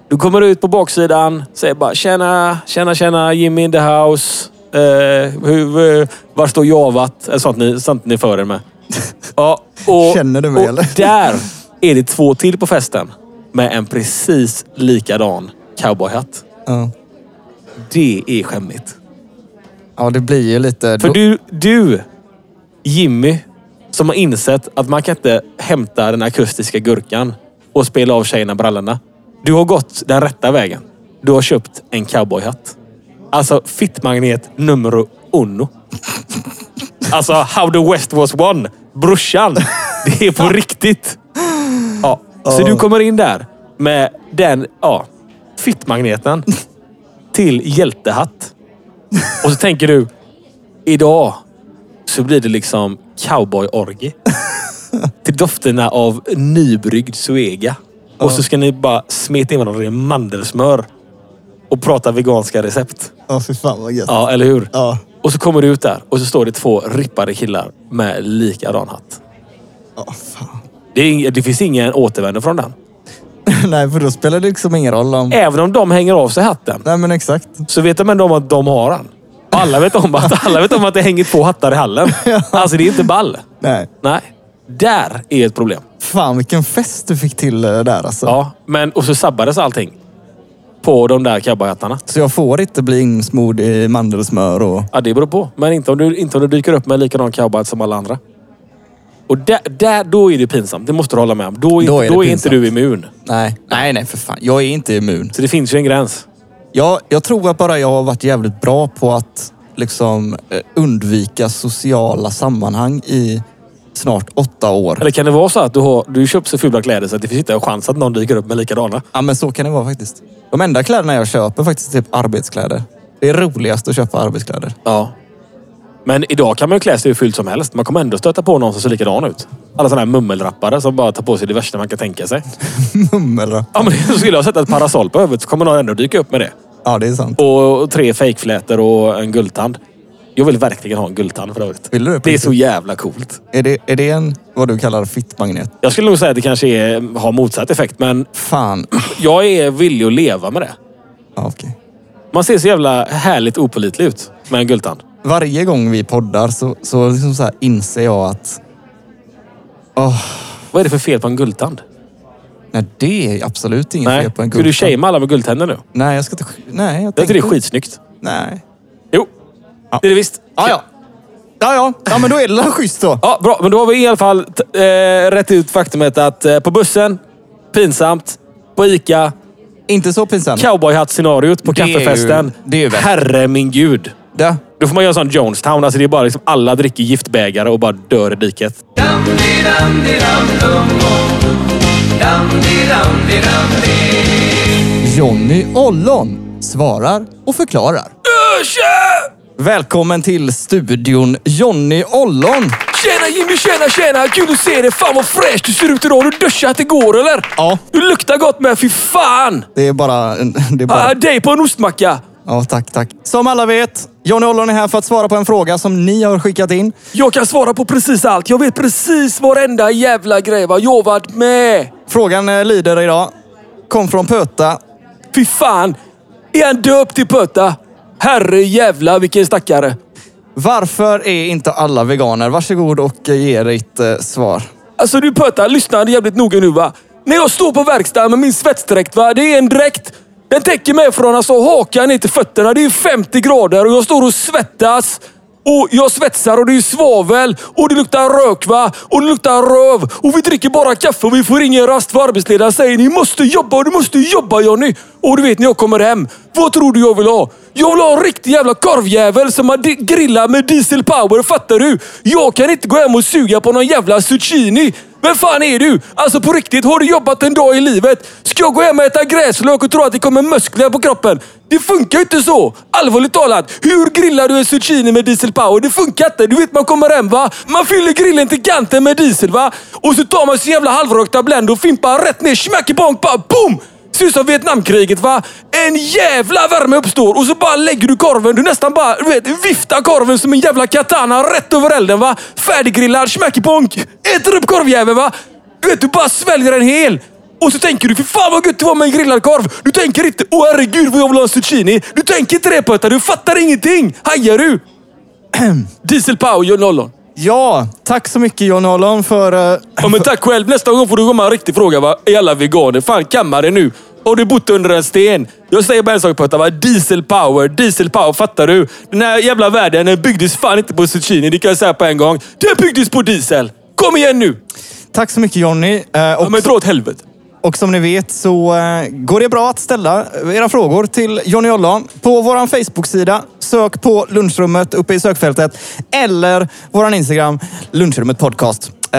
Speaker 4: Du kommer ut på baksidan, säger bara “Tjena, tjena, tjena, Jimmy in the house. Eh, hur, eh, var står Javat?” Eller sånt ni, sånt ni för er med. Ja, och,
Speaker 3: Känner du mig,
Speaker 4: och
Speaker 3: eller?
Speaker 4: där är det två till på festen. med en precis likadan cowboyhatt.
Speaker 3: Ja.
Speaker 4: Det är skämmigt.
Speaker 3: ja, det blir ju lite...
Speaker 4: För du, du, Jimmy, som har insett att man kan inte hämta den akustiska gurkan och spela av tjejerna brallorna. Du har gått den rätta vägen. Du har köpt en cowboyhatt. Alltså fittmagnet nummer uno. Alltså how the west was won. Brorsan. Det är på riktigt. Ja. Så du kommer in där med den ja, fittmagneten till hjältehatt. Och så tänker du, idag så blir det liksom cowboyorgie. Till dofterna av nybryggd suega. Och så ska ni bara smeta in varandra i mandelsmör. Och prata veganska recept.
Speaker 3: Ja, fy fan vad gött.
Speaker 4: Ja, eller hur?
Speaker 3: Ja.
Speaker 4: Och så kommer du ut där och så står det två rippade killar med likadan hatt.
Speaker 3: Ja, fan.
Speaker 4: Det, är, ing- det finns ingen återvändo från den.
Speaker 3: Nej, för då spelar det liksom ingen roll om...
Speaker 4: Även om de hänger av sig hatten
Speaker 3: Nej, men exakt.
Speaker 4: så vet de ändå om att de har den. Och Alla vet om att, alla vet om att det hänger två hattar i hallen. Alltså det är inte ball.
Speaker 3: Nej.
Speaker 4: Nej. Där är ett problem.
Speaker 3: Fan vilken fest du fick till eh, där alltså.
Speaker 4: Ja, men och så sabbades allting. På de där cowboyhattarna.
Speaker 3: Så jag får inte bli insmord i mandelsmör och...
Speaker 4: Ja, det beror på. Men inte om du, inte om du dyker upp med en likadan cowboyhatt som alla andra. Och där, där, då är det pinsamt. Det måste du hålla med om. Då är,
Speaker 3: Då
Speaker 4: då
Speaker 3: är
Speaker 4: är,
Speaker 3: det
Speaker 4: inte
Speaker 3: pinsamt.
Speaker 4: du immun.
Speaker 3: Nej. Nej, nej för fan. Jag är inte immun.
Speaker 4: Så det finns ju en gräns.
Speaker 3: Jag, jag tror att bara jag har varit jävligt bra på att liksom eh, undvika sociala sammanhang i snart åtta år.
Speaker 4: Eller kan det vara så att du har du har köpt så fula kläder så att det finns inte en chans att någon dyker upp med likadana?
Speaker 3: Ja, men så kan det vara faktiskt. De enda kläderna jag köper är faktiskt typ arbetskläder. Det är roligast att köpa arbetskläder.
Speaker 4: Ja. Men idag kan man ju klä sig hur fult som helst. Man kommer ändå stöta på någon som ser likadan ut. Alla sådana här mummelrappare som bara tar på sig det värsta man kan tänka sig.
Speaker 3: Mummelra.
Speaker 4: Ja, men så skulle jag sätta ett parasoll på huvudet så kommer någon ändå dyka upp med det.
Speaker 3: Ja, det är sant.
Speaker 4: Och tre fejkflätor och en guldtand. Jag vill verkligen ha en guldtand för övrigt.
Speaker 3: Vill du det på
Speaker 4: Det är
Speaker 3: riktigt?
Speaker 4: så jävla coolt.
Speaker 3: Är det, är det en, vad du kallar, fittmagnet?
Speaker 4: Jag skulle nog säga att det kanske är, har motsatt effekt, men
Speaker 3: Fan.
Speaker 4: jag är villig att leva med det.
Speaker 3: Ja, okej.
Speaker 4: Man ser så jävla härligt opålitlig ut med en guldtand.
Speaker 3: Varje gång vi poddar så, så, liksom så här inser jag att åh,
Speaker 4: Vad är det för fel på en guldtand?
Speaker 3: nej, det är absolut inget
Speaker 4: Nej.
Speaker 3: fel på en
Speaker 4: Ska du
Speaker 3: guldtand.
Speaker 4: shamea alla med guldtänder nu?
Speaker 3: Nej, jag ska inte... sk- Nej, jag
Speaker 4: Jag tycker det
Speaker 3: tänker-
Speaker 4: är skitsnyggt.
Speaker 3: Nej.
Speaker 4: Jo, det är det visst.
Speaker 3: Ja, Ah, ja. Ja, ja. Ja, men då är det väl schysst då.
Speaker 4: Ja, bra. Men då har vi i alla fall t- eh, rätt ut faktumet att eh, på bussen, pinsamt. På Ica,
Speaker 3: Inte så pinsamt.
Speaker 4: cowboyhatt-scenariot på
Speaker 3: Det är ju-
Speaker 4: kaffefesten.
Speaker 3: det är ju värst.
Speaker 4: Herre min gud.
Speaker 3: Det.
Speaker 4: Då får man göra sån Jonestown. Alltså det är bara liksom alla dricker giftbägare och bara dör i diket.
Speaker 3: Johnny Ollon svarar och förklarar. Välkommen till studion Johnny Ollon.
Speaker 4: Tjena Jimmy, tjena, tjena! Kul att se dig! Fan vad fräsch du ser ut idag! Har du duschat igår eller?
Speaker 3: Ja.
Speaker 4: Du luktar gott med, fy fan!
Speaker 3: Det är bara... en- Det är bara...
Speaker 4: Ah, dig på en ostmacka!
Speaker 3: Ja, tack, tack. Som alla vet, Johnny Ollon är här för att svara på en fråga som ni har skickat in.
Speaker 4: Jag kan svara på precis allt. Jag vet precis varenda jävla grej. va? Jag har varit med.
Speaker 3: Frågan eh, lyder idag. Kom från Pöta.
Speaker 4: Fy fan! Är han döpt till Pöta? Herre jävla vilken stackare.
Speaker 3: Varför är inte alla veganer? Varsågod och eh, ge ditt eh, svar.
Speaker 4: Alltså du Pöta, lyssna jävligt noga nu va. När jag står på verkstaden med min svetsdräkt va. Det är en dräkt. Den täcker mig från alltså hakan ner till fötterna. Det är 50 grader och jag står och svettas. Och jag svetsar och det är svavel och det luktar rök va. Och det luktar röv. Och vi dricker bara kaffe och vi får ingen rast för arbetsledaren säger ni måste jobba, du måste jobba Johnny. Och du vet när jag kommer hem. Vad tror du jag vill ha? Jag vill ha en riktig jävla korvjävel som man di- grillar med dieselpower, fattar du? Jag kan inte gå hem och suga på någon jävla zucchini. Vem fan är du? Alltså på riktigt, har du jobbat en dag i livet? Ska jag gå hem och äta gräslök och tro att det kommer muskler på kroppen? Det funkar ju inte så! Allvarligt talat, hur grillar du en zucchini med dieselpower? Det funkar inte! Du vet man kommer hem va? Man fyller grillen till kanten med diesel va? Och så tar man sin jävla halvrökta blend och fimpar rätt ner, smackebonk, bara boom! Ser ut som Vietnamkriget va? En jävla värme uppstår och så bara lägger du korven. Du nästan bara du vet, viftar korven som en jävla katana rätt över elden va? Färdiggrillad, smackibonk. Äter upp korvjäveln va? Du vet, du bara sväljer en hel. Och så tänker du, för fan vad gött det var med en grillad korv. Du tänker inte, åh herregud vad jag vill ha en zucchini. Du tänker inte det Pötta, du fattar ingenting. Hajar du? Dieselpower, John Ollon.
Speaker 3: Ja, tack så mycket Johnny Ollon för eh,
Speaker 4: Ja, men tack själv. Nästa gång får du komma en riktig fråga. Va? Är alla veganer? Fan, kamma dig nu. Har du bott under en sten? Jag säger bara en sak Pötta. va? Diesel power, diesel power. Fattar du? Den här jävla världen den byggdes fan inte på zucchini. Det kan jag säga på en gång. Den byggdes på diesel. Kom igen nu!
Speaker 3: Tack så mycket Jonny. Eh,
Speaker 4: Ja,
Speaker 3: Och,
Speaker 4: men dra åt helvete.
Speaker 3: och som ni vet så eh, går det bra att ställa era frågor till Jonny Ollon på vår Facebook-sida. Sök på lunchrummet uppe i sökfältet. Eller vår Instagram, lunchrummet podcast. Eh, Det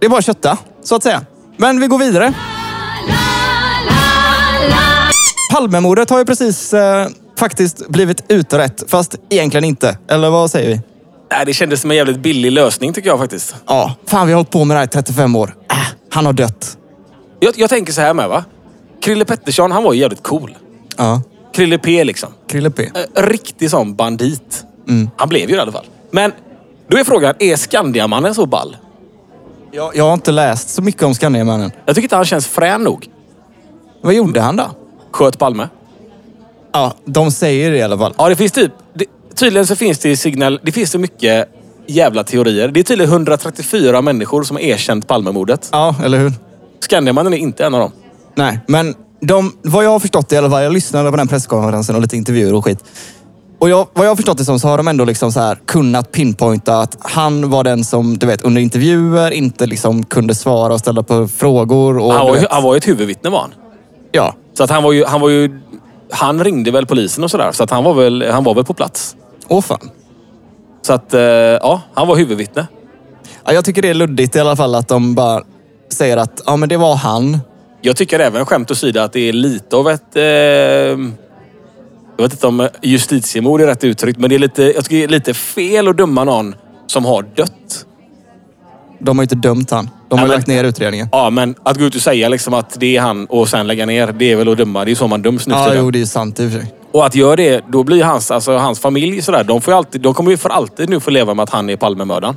Speaker 3: är bara att kötta, så att säga. Men vi går vidare. Palmemordet har ju precis eh, faktiskt blivit utrett, fast egentligen inte. Eller vad säger vi?
Speaker 4: Nej, det kändes som en jävligt billig lösning tycker jag faktiskt.
Speaker 3: Ja, fan vi har hållit på med det här i 35 år. Äh, han har dött.
Speaker 4: Jag, jag tänker så här med va. Krille Pettersson, han var ju jävligt cool.
Speaker 3: Ja,
Speaker 4: Krille P liksom.
Speaker 3: Krille P.
Speaker 4: Eh, riktig sån bandit. Han blev ju det i alla fall. Men då är frågan, är Skandiamannen så ball?
Speaker 3: Jag, jag har inte läst så mycket om Skandiamannen.
Speaker 4: Jag tycker inte han känns frän nog.
Speaker 3: Vad gjorde han då?
Speaker 4: Sköt Palme.
Speaker 3: Ja, de säger det i alla fall.
Speaker 4: Ja, det finns typ... Det, tydligen så finns det i Signal... Det finns så mycket jävla teorier. Det är tydligen 134 människor som har erkänt Palmemordet.
Speaker 3: Ja, eller hur?
Speaker 4: Skandiamannen är inte en av dem.
Speaker 3: Nej, men de, vad jag har förstått det i alla fall, jag lyssnade på den presskonferensen och lite intervjuer och skit. Och jag, vad jag har förstått det som så har de ändå liksom så här kunnat pinpointa att han var den som, du vet, under intervjuer inte liksom kunde svara och ställa på frågor. Och,
Speaker 4: Han
Speaker 3: du
Speaker 4: var ju,
Speaker 3: vet,
Speaker 4: han var ju ett huvudvittne var han.
Speaker 3: ja,
Speaker 4: Så att han var ju... Han, var ju, han ringde väl polisen och sådär. Så att han var väl, han var väl på plats.
Speaker 3: åh fan.
Speaker 4: Så att, eh, ja, han var huvudvittne.
Speaker 3: Ja, jag tycker det är luddigt i alla fall att de bara säger att ja, men det var han.
Speaker 4: Jag tycker även, skämt åsido, att det är lite av ett... Eh, jag vet inte om justitiemord är rätt uttryck, men det är lite, jag tycker det är lite fel att döma någon som har dött.
Speaker 3: De har ju inte dömt han. De har
Speaker 4: Ja,
Speaker 3: ju
Speaker 4: men-
Speaker 3: lagt ner utredningen.
Speaker 4: Ja, men att gå ut och säga liksom att det är han och sen lägga ner, det är väl att döma. Det är så man döms nu för
Speaker 3: Ja,
Speaker 4: tiden.
Speaker 3: jo, det är ju sant i och för sig.
Speaker 4: Och att göra det, då blir hans, alltså, hans familj sådär. De, får ju alltid, de kommer ju för alltid nu få leva med att han är Palmemördaren.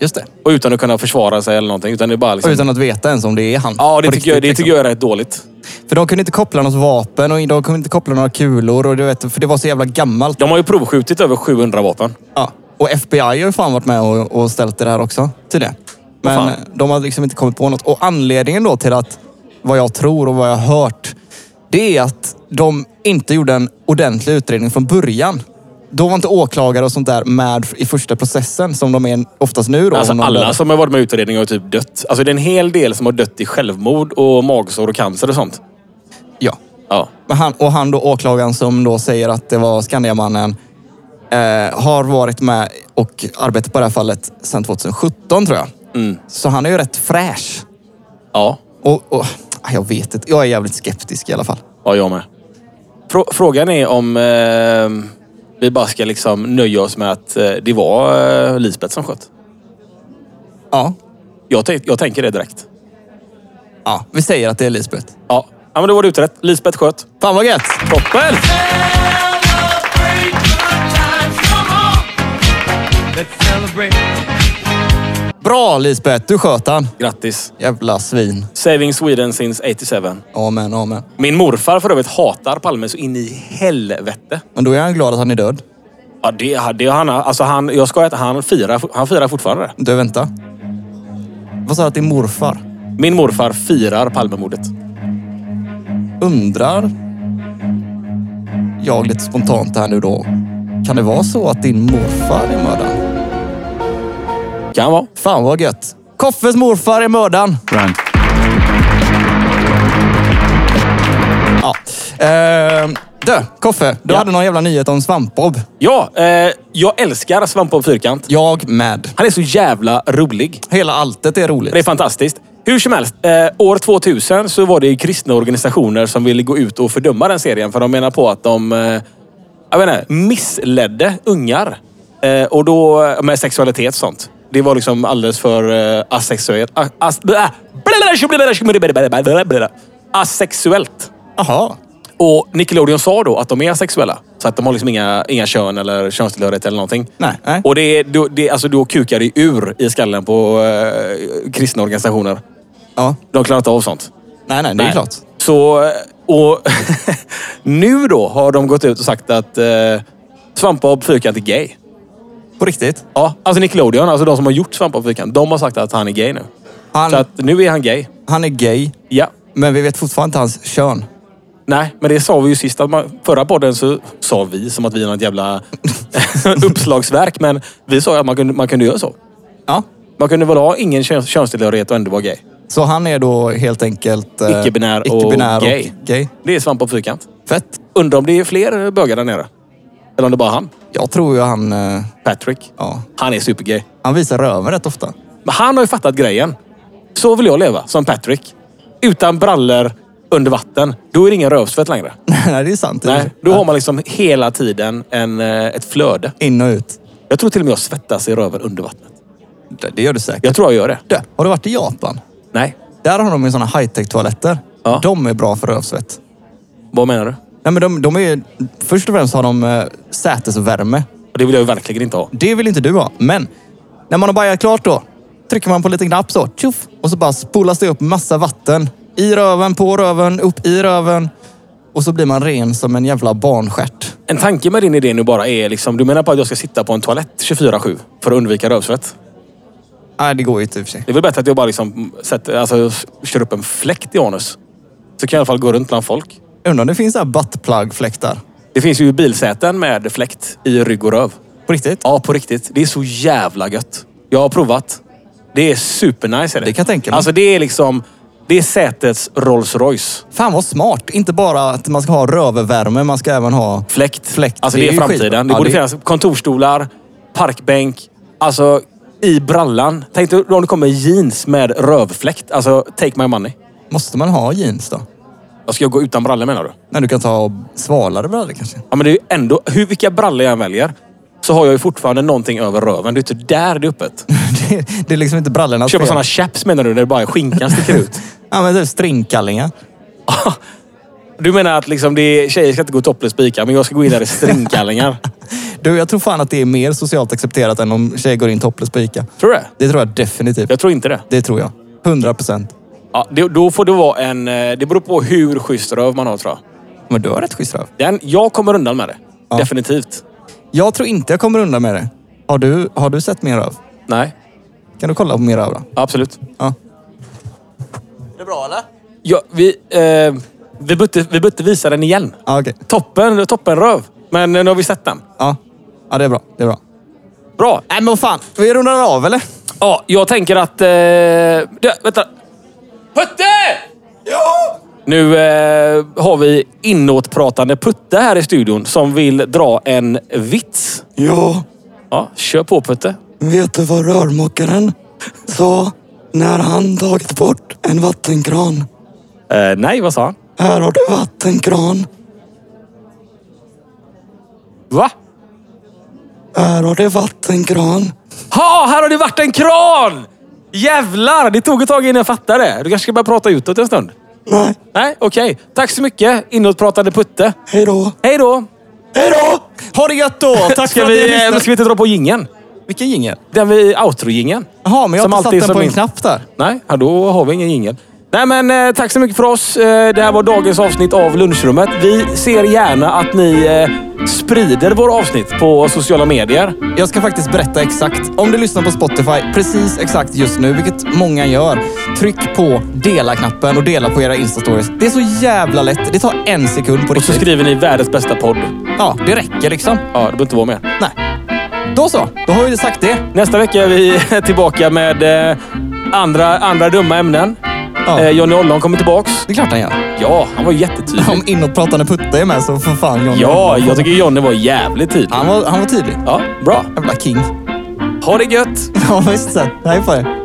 Speaker 3: Just det.
Speaker 4: Och utan att kunna försvara sig eller någonting. Utan det är bara
Speaker 3: Och
Speaker 4: liksom,
Speaker 3: utan att veta ens om det är han.
Speaker 4: ja, det
Speaker 3: På
Speaker 4: tycker, jag, det
Speaker 3: riktigt, liksom.
Speaker 4: tycker jag är rätt dåligt.
Speaker 3: För de kunde inte koppla något vapen och de kunde inte koppla några kulor. Och du vet, för det var så jävla gammalt.
Speaker 4: De har ju provskjutit över 700 vapen.
Speaker 3: Ja. Och FBI har ju fan varit med och, och ställt det där också. Till det. Men
Speaker 4: fan.
Speaker 3: de har liksom inte kommit på något. Och anledningen då till att vad jag tror och vad jag har hört. Det är att de inte gjorde en ordentlig utredning från början. Då var inte åklagare och sånt där med i första processen som de är oftast nu. Då,
Speaker 4: Alltså
Speaker 3: om de
Speaker 4: alla
Speaker 3: dödar.
Speaker 4: som har varit med i utredningen har typ dött. Alltså det är en hel del som har dött i självmord och magsår och cancer och sånt.
Speaker 3: Ja.
Speaker 4: Ja.
Speaker 3: Men han, och han då åklagaren som då säger att det var Skandiamannen eh, har varit med och arbetat på det här fallet sedan 2017 tror jag.
Speaker 4: Mm.
Speaker 3: Så han är ju rätt fräsch.
Speaker 4: Ja.
Speaker 3: Och, och ah, jag vet inte, jag är jävligt skeptisk i alla fall.
Speaker 4: Ja, jag med. Frå- frågan är om eh, vi bara ska liksom nöja oss med att eh, det var eh, Lisbeth som sköt.
Speaker 3: Ja,
Speaker 4: Jag, tänk- jag tänker det direkt.
Speaker 3: ja vi säger att det är Lisbeth.
Speaker 4: Ja. ja, men då var det utrett. Lisbeth sköt.
Speaker 3: Fan vad gött!
Speaker 4: Toppen!
Speaker 3: Bra Lisbeth, du sköt han.
Speaker 4: Grattis.
Speaker 3: Jävla svin.
Speaker 4: Saving Sweden since 87.
Speaker 3: Amen, amen.
Speaker 4: Min morfar för övrigt hatar Palme så in i helvete.
Speaker 3: Men då är han glad att han är död.
Speaker 4: Ja, det, det han, alltså han, jag skojar inte, han firar, han firar fortfarande det.
Speaker 3: Du, vänta. Vad sa du att din morfar?
Speaker 4: Min morfar firar Palmemordet.
Speaker 3: Undrar jag lite spontant här nu då. Kan det vara så att din morfar är mördaren?
Speaker 4: Kan vara.
Speaker 3: Fan vad gött. Koffes morfar är mördaren.
Speaker 5: Run.
Speaker 3: Ja. Ehm, du, Koffe. Du
Speaker 4: Ja.
Speaker 3: hade någon jävla nyhet om svampbob.
Speaker 4: Ja, eh, jag älskar Svampbob Fyrkant.
Speaker 3: Jag med.
Speaker 4: Han är så jävla rolig.
Speaker 3: Hela alltet är roligt.
Speaker 4: Det är fantastiskt. Hur som helst, eh, år 2000 så var det ju kristna organisationer som ville gå ut och fördöma den serien. För de menar på att de eh, jag vet inte, missledde ungar. Eh, och då eh, med sexualitet och sånt. Det var liksom alldeles för eh, asexuellt. A- as- blä- Asexuellt.
Speaker 3: Jaha.
Speaker 4: Och Nickelodeon sa då att de är asexuella. Så att de har liksom inga, inga kön eller könstillhörighet eller någonting.
Speaker 3: Nej, nej.
Speaker 4: Och det, då, det, alltså, då kukar det ur i skallen på eh, kristna organisationer.
Speaker 3: Ja.
Speaker 4: De klarar inte av sånt.
Speaker 3: Nej, nej, det är
Speaker 4: Nej.
Speaker 3: klart.
Speaker 4: Så, och nu då har de gått ut och sagt att eh, Svampbob Fyrkant är gay.
Speaker 3: På riktigt.
Speaker 4: Ja, alltså Nickelodeon, alltså de som har gjort Svampbob Fyrkant, de har sagt att han är gay nu. Så
Speaker 3: Han,
Speaker 4: att nu är han gay.
Speaker 3: han är gay,
Speaker 4: Ja.
Speaker 3: men vi vet fortfarande inte hans kön.
Speaker 4: Nej, men det sa vi ju sist. Att man, förra podden så sa vi som att vi är något jävla uppslagsverk. Men vi sa ju att man kunde, man kunde göra så.
Speaker 3: Ja.
Speaker 4: Man kunde väl ha ingen köns, könstillhörighet och ändå vara gay.
Speaker 3: Så han är då helt enkelt... eh,
Speaker 4: Icke-binär och
Speaker 3: icke-binär
Speaker 4: gay.
Speaker 3: gay.
Speaker 4: Det är svamp på fyrkant.
Speaker 3: Fett.
Speaker 4: Undrar om det är fler bögar där nere. Eller om det bara är han.
Speaker 3: Jag tror ju han... eh,
Speaker 4: Patrick.
Speaker 3: Ja.
Speaker 4: Han är supergay.
Speaker 3: Han visar röven rätt ofta.
Speaker 4: Men han har ju fattat grejen. Så vill jag leva, som Patrick. Utan brallor, under vatten. Då är det ingen rövsvett längre.
Speaker 3: Nej, det är sant.
Speaker 4: Nej, då har man liksom hela tiden en, eh, ett flöde.
Speaker 3: In och ut.
Speaker 4: Jag tror till och med jag svettas i röven under vattnet.
Speaker 3: Det, det gör du säkert.
Speaker 4: Jag tror jag gör det.
Speaker 3: Du, har du varit i Japan?
Speaker 4: Nej.
Speaker 3: Där har de ju sådana high-tech-toaletter.
Speaker 4: Ja.
Speaker 3: De är bra för rövsvett.
Speaker 4: Vad menar du?
Speaker 3: Nej, men de, de är ju, först och främst har de eh, sätesvärme.
Speaker 4: Och det vill jag ju verkligen inte ha.
Speaker 3: Det vill inte du ha. Men när man har bajat klart då trycker man på en liten knapp så. Tjoff, och så bara spolas det upp massa vatten. I röven, på röven, upp i röven. Och så blir man ren som en jävla barnstjärt.
Speaker 4: En tanke med din idé nu bara är liksom, du menar på att jag ska sitta på en toalett 24-7 för att undvika rövsvett?
Speaker 3: Nej, det går ju inte i och för sig.
Speaker 4: Det är väl bättre att jag bara liksom sätter, alltså, kör upp en fläkt i anus. Så kan jag i alla fall gå runt bland folk.
Speaker 3: Undrar om det finns så här butt plug fläktar.
Speaker 4: Det finns ju bilsäten med fläkt i rygg och röv.
Speaker 3: På riktigt?
Speaker 4: Ja, på riktigt. Det är så jävla gött. Jag har provat. Det är supernice. Är det?
Speaker 3: Det kan jag tänka mig.
Speaker 4: Alltså det är liksom... Det är sätets Rolls Royce.
Speaker 3: Fan vad smart. Inte bara att man ska ha rövvärme, man ska även ha...
Speaker 4: Fläkt.
Speaker 3: Fläkt.
Speaker 4: Alltså
Speaker 3: Det
Speaker 4: det,
Speaker 3: är
Speaker 4: är
Speaker 3: ju
Speaker 4: framtiden.
Speaker 3: skitbra.
Speaker 4: Det
Speaker 3: Ja,
Speaker 4: borde
Speaker 3: det-
Speaker 4: finnas kontorsstolar, parkbänk. Alltså i brallan. Tänk dig om det kommer jeans med rövfläkt. Alltså take my money.
Speaker 3: Måste man ha jeans då?
Speaker 4: Jag ska jag gå utan brallor menar du?
Speaker 3: Nej, du kan ta svalare brallor kanske.
Speaker 4: Ja men det är ju ändå... Hur, vilka brallor jag än väljer så har jag ju fortfarande någonting över röven. Det är inte där det är öppet.
Speaker 3: Det, det är liksom inte brallornas
Speaker 4: Köpa sådana chaps menar du? Där bara skinkan sticker ut.
Speaker 3: Ja, men typ stringkallingar.
Speaker 4: Du menar att liksom det är, tjejer ska inte gå topless spika, men jag ska gå in där i stringkallingar?
Speaker 3: Du, jag tror fan att det är mer socialt accepterat än om tjejer går in topless på Ica.
Speaker 4: tror du det?
Speaker 3: Det tror jag definitivt.
Speaker 4: Jag tror inte det.
Speaker 3: Det tror jag. 100 procent.
Speaker 4: Ja, det. Då får det vara en... eh, Det beror på hur schysst röv man har tror jag.
Speaker 3: Men du har rätt schysst röv.
Speaker 4: Den, jag kommer undan med det.
Speaker 3: Ja.
Speaker 4: Definitivt.
Speaker 3: Jag tror inte jag kommer undan med det. Har du, har du sett min röv?
Speaker 4: Nej,
Speaker 3: Kan du kolla på min röv då?
Speaker 4: absolut.
Speaker 3: Ja.
Speaker 4: Ja, vi, eh, vi, bytte, vi bytte visa den igen.
Speaker 3: Ja, okej.
Speaker 4: Toppen, toppen röv. Men eh, nu har vi sett den.
Speaker 3: Ja. ja, det är bra. Det är bra.
Speaker 4: Bra.
Speaker 3: Nej, men vad fan. Vi rundar av eller?
Speaker 4: Ja, jag tänker att... Eh, det, vänta. Putte!
Speaker 3: Ja!
Speaker 4: Nu eh, har vi inåtpratande Putte här i studion som vill dra en vits.
Speaker 5: Ja,
Speaker 4: Ja, kör på Putte.
Speaker 5: vet du vad rörmokaren sa när han tagit bort en vattenkran?
Speaker 4: Eh, nej, vad sa han?
Speaker 5: Här har du vattenkran.
Speaker 4: Va?
Speaker 5: Här har du vattenkran.
Speaker 4: Ha, här har det varit en kran! Jävlar, det tog ett tag innan jag fattade. Du kanske ska börja prata utåt en stund?
Speaker 5: Nej,
Speaker 4: Nej, okej. Tack så mycket, inåtpratande Putte.
Speaker 5: hej då.
Speaker 4: Hej då!
Speaker 5: Hej då!
Speaker 3: Ha det gött då! Tack
Speaker 4: Ska
Speaker 3: för att ni
Speaker 4: vi, eh,
Speaker 3: lyssnade.
Speaker 4: ska vi inte dra på gingen?
Speaker 3: Vilken jingel?
Speaker 4: Den vi outro-gingen.
Speaker 3: Jaha, men jag
Speaker 4: Som
Speaker 3: har inte satt den
Speaker 4: alltid som
Speaker 3: på en
Speaker 4: min-
Speaker 3: knapp där.
Speaker 4: Nej, ja, då har vi ingen jingel. Nej men eh, tack så mycket för oss. Eh, det här var dagens avsnitt av Lunchrummet. Vi ser gärna att ni eh, sprider våra avsnitt på sociala medier.
Speaker 3: Jag ska faktiskt berätta exakt. Om du lyssnar på Spotify precis exakt just nu, vilket många gör, tryck på dela-knappen och dela på era Insta-stories. Det är så jävla lätt. Det tar en sekund på
Speaker 4: Och så
Speaker 3: riktigt.
Speaker 4: skriver ni världens bästa podd.
Speaker 3: Ja, det räcker liksom.
Speaker 4: Ja, det behöver inte vara mer.
Speaker 3: Nej. Då så, då har vi sagt det.
Speaker 4: Nästa vecka är vi tillbaka med eh, andra, andra dumma ämnen.
Speaker 3: Ja.
Speaker 4: Eh, Johnny Ollon kommer tillbaks.
Speaker 3: Det är klart han gör.
Speaker 4: Ja, han var jättetydlig.
Speaker 3: Om inåtpratande Putte är med så för fan John.
Speaker 4: Ja, jag tycker Johnny var jävligt tydlig.
Speaker 3: Han var, han var tydlig.
Speaker 4: Ja, bra.
Speaker 3: Jävla king.
Speaker 4: Ha det gött!
Speaker 3: Ja, visst. så. Hej på er.